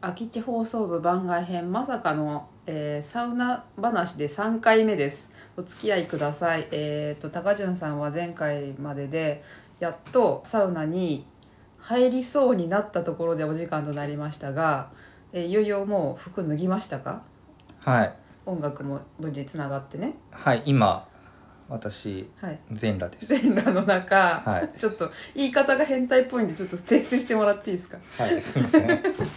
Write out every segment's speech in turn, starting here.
空き地放送部番外編まさかの、えーサウナ話で3回目ですお付き合いくださいえっ、と高潤さんは前回まででやっとサウナに入りそうになったところでお時間となりましたが、えーいよいよもう服脱ぎましたかはい音楽も無事つながってねはい今私はい全裸です全裸の中、はちょっと言い方が変態っぽいんでちょっと訂正してもらっていいですかはいすいませ ん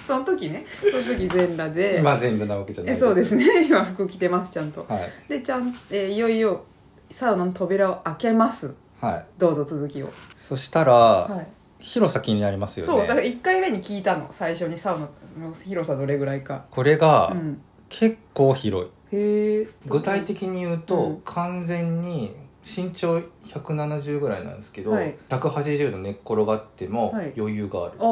その時ねその時全裸で今全部なわけじゃないえそうですねね今服着てますちゃんとはいでちゃん、えーいよいよサウナの扉を開けますはいどうぞ続きを、そしたら、はい広さ気になりますよねそうだから1回目に聞いたの最初にサウナの広さどれぐらいかこれがうん結構広い、へえ具体的に言うと、うん完全に身長170ぐらいなんですけど、はい180度寝っ転がってもはい余裕がある、あ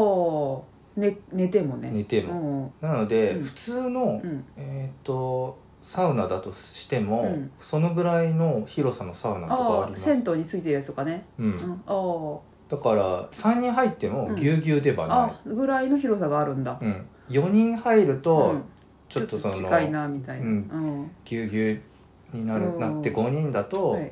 あ、ね、寝てもね寝ても、もなので、うん普通の、うん、えっ、とサウナだとしても、うんそのぐらいの広さのサウナとかあありあます銭湯についてるやつとかね、うんうん、ああだから3人入ってもぎゅうぎゅうではなあぐらいの広さがあるんだい、うん4人入るとうんちょっとその近いなみたいなううんん、ぎゅうぎゅうになるうんなって5人だとはい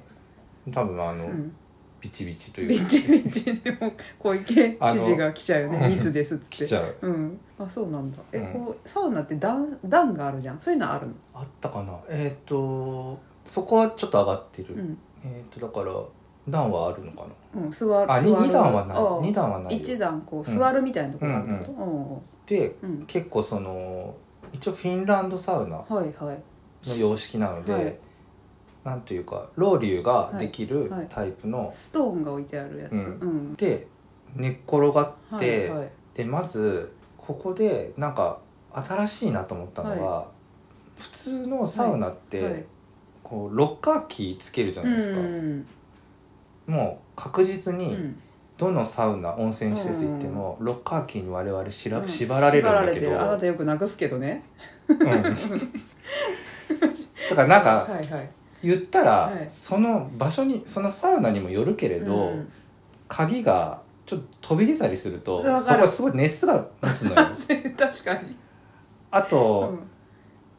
多分あうのん、ビチビチといビうかチビチでも小池知あの事が来ちゃうよねうん密ですっつ来ってちゃううんあそうなんだえ、うんこうサウナって段段があるじゃんそういうのあるのあったかなえっとそこはちょっと上がってうるん、えっとだから段はあるのかうん、座るなあ座る2段はああない2段はない一よ段こううん座るみたいなとこがあるってこと、でうんうん結構その一応フィンランドサウナはいはいの様式なのはいでなんというかロウリュができるはいはいタイプのストーンが置いてあるやつ、ううんんで寝っ転がっはて、いはい、でまずここでなんか新しいなと思ったのが、普通のサウナって、はいはいこうロッカーキーつけるじゃうないんですか、うんもう確実うにんどのサウナ、温泉施設行っても、ロッカーキーに我々しら、うん縛られるん縛られだけてど、るあなたよくなくすけどねうん だからなんかはいはい言ったら、はいその場所にそのサウナにもよるけれど、うん 鍵がちょっと飛び出たりするとわかるそこはすごい熱が持つのよ確かにあうと、ん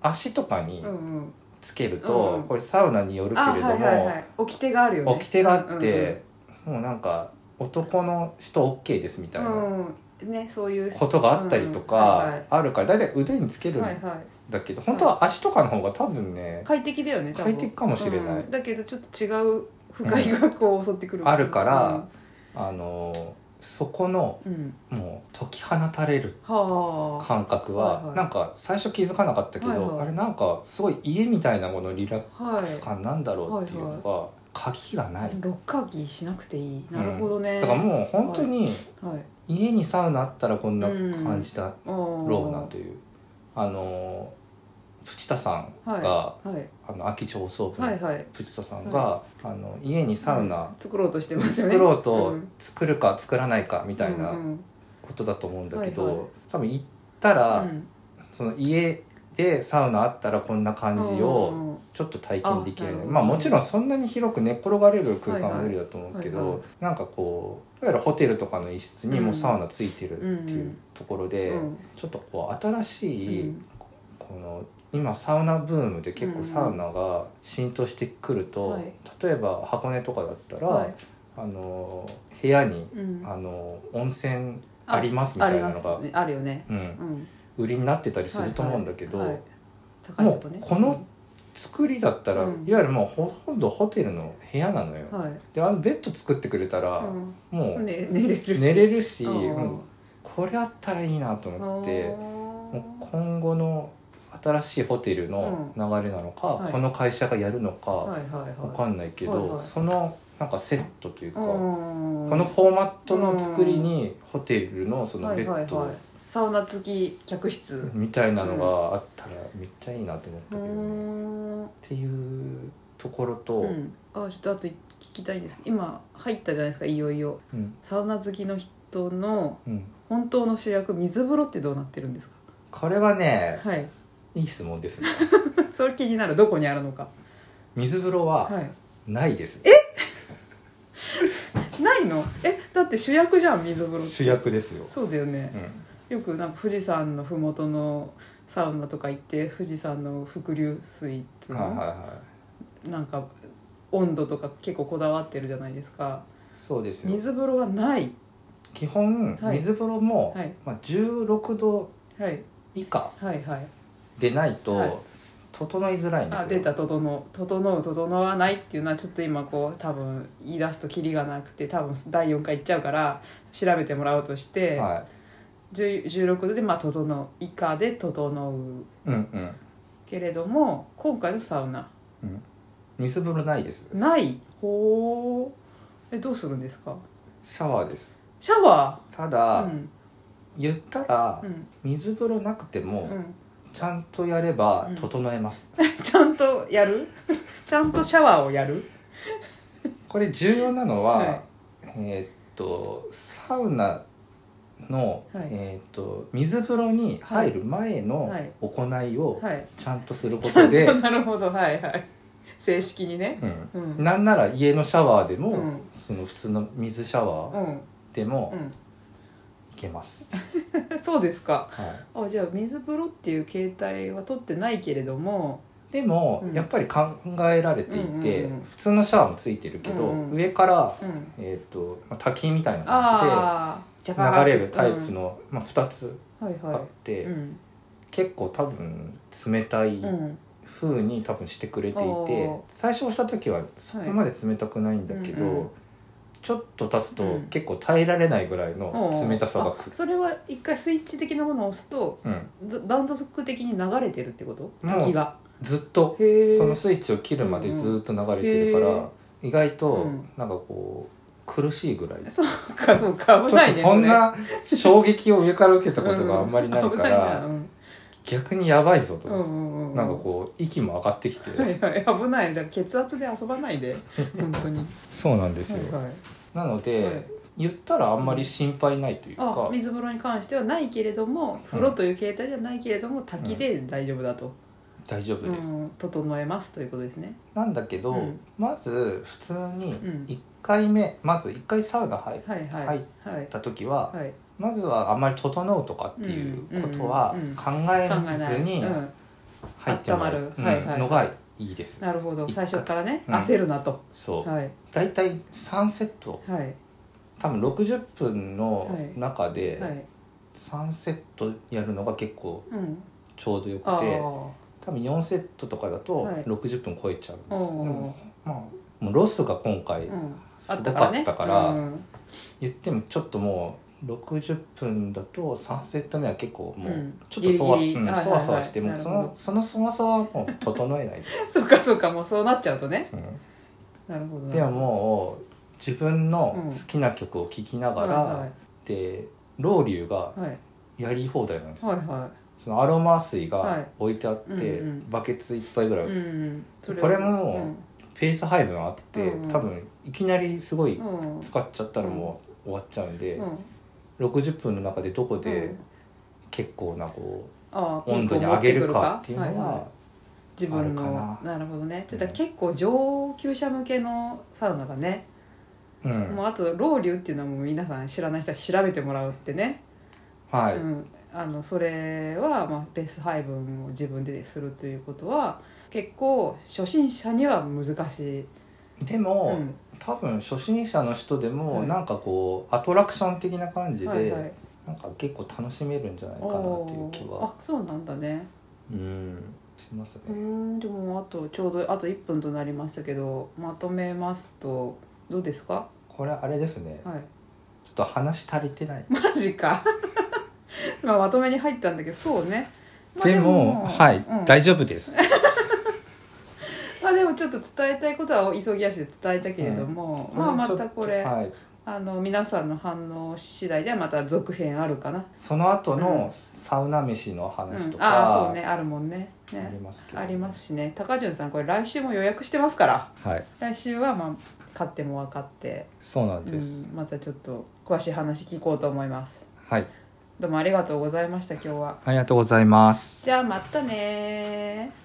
足とかにうんうんつけると、うんこれサウナによるけあれども、はいはいはい、掟があるよね掟があって、もうなんか男の人 OK ですみたういんうんうなんうんねそういうことがあったりとうんうんはいかはあるから大体腕につけるんはいはだけど、本当は足とかの方が多分ねい、快適だよね多分快適かもしれないうんだけどちょっと違う不快がこう襲ってくる、あるからあのーそこのうん、うんもう解き放たれるはあ感覚はいははいなんか最初気づかなかったけど、はいはいあれなんかすごい家みたいなこのリラッはクスい感なんだろうっていうのが、鍵がない。ロッカーキーしなくていいうんなるほどね、だからもう本当に、はい家にサウナあったらこんな感じだろうなロという、あのプ田さんが、はいはいあの秋上層部はいのはいプチタさんが、あの家にサウナ作ろうとしてますよね作ろうと、 うん作るか作らないかみたいなうんことだと思うんだけど、はいはい多分行ったら、うんその家でサウナあったらこんな感じうをんうんうんちょっと体験できるあねなるほどまあもちろんそんなに広く寝っ転がれる空間は無理だと思うけど、はいはいはいなんかこういわゆるホテルとかの一室にもうサウナついてるっていんううんうところで、うんちょっとこう新しい、うんこの今サウナブームで結構サウナが浸透してくると、はい例えば箱根とかだったら、はいあの部屋に、うんあの温泉ありますみたいなのあが、りますあるよね、うん、うん、売りになってたりすると思うんだけど、はいはい高いとこねもうこの、作りだったら、うんいわゆるもうほとんどホテルの部屋なのよ。うんはいであのベッド作ってくれたら、もううんね、寝れるし寝れるし、うんうんこれあったらいいなと思って。もうあ今後の新しいホテルの流れなのうか、んはいこの会社がやるのーかはわいはいはいかんないけど、はいはいそのなんかセットというか、うんこのフォーマットの作りにホテルのそのベッはいはドいはい、サウナ付き客室、みたいなのがあったらめっちゃいいなと思ったうけどね。っんていうところと、うんあちょっとあと聞きたいんですけど今入ったじゃないですかいよいようんサウナ好きの人のうん本当の主役水風呂ってどうなってるんですかこれはねはい いい質問ですね。それ気になるどこにあるのか水風呂ははいないです、ないのえだって主役じゃん水風呂って主役ですよ。そうだよねう、んよくなんか富士山の麓のサウナとか行って富士山の伏流水っつうはいはいのはいなんか温度とか結構こだわってるじゃないですかそうですよ水風呂がない基本はい水風呂も、はいまあ、16度はい以下はいはいでないはいと整いづらいんですよ、あ出た整う整う整わないっていうのはちょっと今こう多分言い出すとキリがなくて多分第4回行っちゃうから調べてもらうとして、は10 16度でまあ整う以下で整うい、うんうんけれども今回のサウナうん水風呂ないですないほうえどうするんですかシャワーですシャワたーだ、うん言ったらうん水風呂なくてうもん、 ちゃんとやれば整えます、ちゃんとやる ちゃんとシャワーをやるこれ重要なのは、はいえーっとサウナの、はいえーっと水風呂に入る前のはい行いをはいちゃんとするこちゃとんで、となるほどはいはい正式にねうんうんうんなんなら家のシャワーでも、うんその普通の水シャワーでもい けます、うん そうですかはい、あじゃあ水風呂っていう形態は取ってないけれどもでも、うんやっぱり考えられていて、うんうんうん普通のシャワーもついてるけど、うんうん上から、うんえーっとまあ滝みたいな感ああじじで流れるタイプ、の、まあ、2つうんはいあはって、い、うん結構多分冷たいうん、風に多分してくれていて、おー最初押した時はそこまで冷たくないんだけど、はいうんうんちょっと経つうとん結構耐えられないぐらいの冷たさがくある、それは一回スイッチ的なものを押すとうん、ず断続的に流れてるってことうん滝がずっとへえそのスイッチを切るまでずっと流れてるから、うんうんへ意外とうんなんかこう苦しいぐらい、ちそうかそうかょっ危とないねそんな衝撃を上から受けたれことがあんまりないかうらん逆にやばいぞ危と、ないなうんうんうんうんなんかこう息も上がってきて、はいはい危ないだから血圧で遊ばない で本当にそうなんですよ、はいはいなので、はい言ったらあんまり心配ないというか、あ水風呂に関してはないけれども風呂という形態ではないけれども滝で大丈夫だと、大丈夫です、うん整えますということですねなんだけど、うんまず普通にうん1回目、まず1回サウナ入っはいはいはいはいた時は、はいまずはあんまり整うとかっていうことはうんうんうん考考ええないずにうん入ってもらう温まるはいはいうんのがいいです、なるほど一最回初からね、うん焦るなとそうはい大体3セットはい多分60分の中はでい3セットやるのが結構うんちょうどよくて、ああ多分4セットとかだとはい60分超えちゃう、おおまあもうロスが今回ー、うん、すあごったかからっねたから、うん言ってもちょっともう60分だと3セット目は結構もううんちょっとそわ,、ギリギリうん、はいはいはいそわそわしてもうなるそほどのそのそわそわはもう整えないで す、そうかそうかもうそうなっちゃうとねうんなるほどではもう自分の好きな曲を聴きなうがら、はでロウリュがいはいやり放題なんですよ、はいはそのアロマ水はがい置いてあって、うんうんバケツいっぱいぐらい、いうんそはこれもペース配分あって、うんうん多分いきなりすごいうんうん使っちゃったらもう終わっちゃうんで、うん60分の中でどこうでん結構なこうあー温度に上げるかっていうピーのクを持はっ自分のあるかなるほどねちょっと結構上級者向けのサウナだね、うんもうあとロウリュっていうのはもう皆さん知らない人は調べてもらうってね、はいうん、あのそれはまあペース配分を自分でするということは結構初心者には難しい、でうもん、多分初心者の人でもはいなんかこうアトラクション的な感じはいはでいなんか結構楽しめるんじゃないかなっていう気おーはあそうなんだねうんしますうーね。んでもあとちょうどあと1分となりましたけどまとめますとどうですかこれあれですねちょはいっと話足りてない。マジか まあまとめに入ったんだけどそうね、まあでもはいうん大丈夫です。まあでもちょっと伝えたいことは急ぎ足で伝えたけれども、まあまたこれ、はいあの皆さんの反応次第ではまた続編あるかな、その後うのんサウナ飯のうん、話とああそうかねあるもんねありねますけどありますしね高潤さんこれ来週も予約してますからはい来週はまあ買っても分かって、そうなんうですん、またちょっと詳しい話聞こうと思いますはいどうもありがとうございました今日はありがとうございます。じゃあまたねー